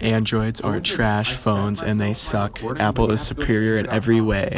Androids are trash phones and they suck. Apple is superior in every way.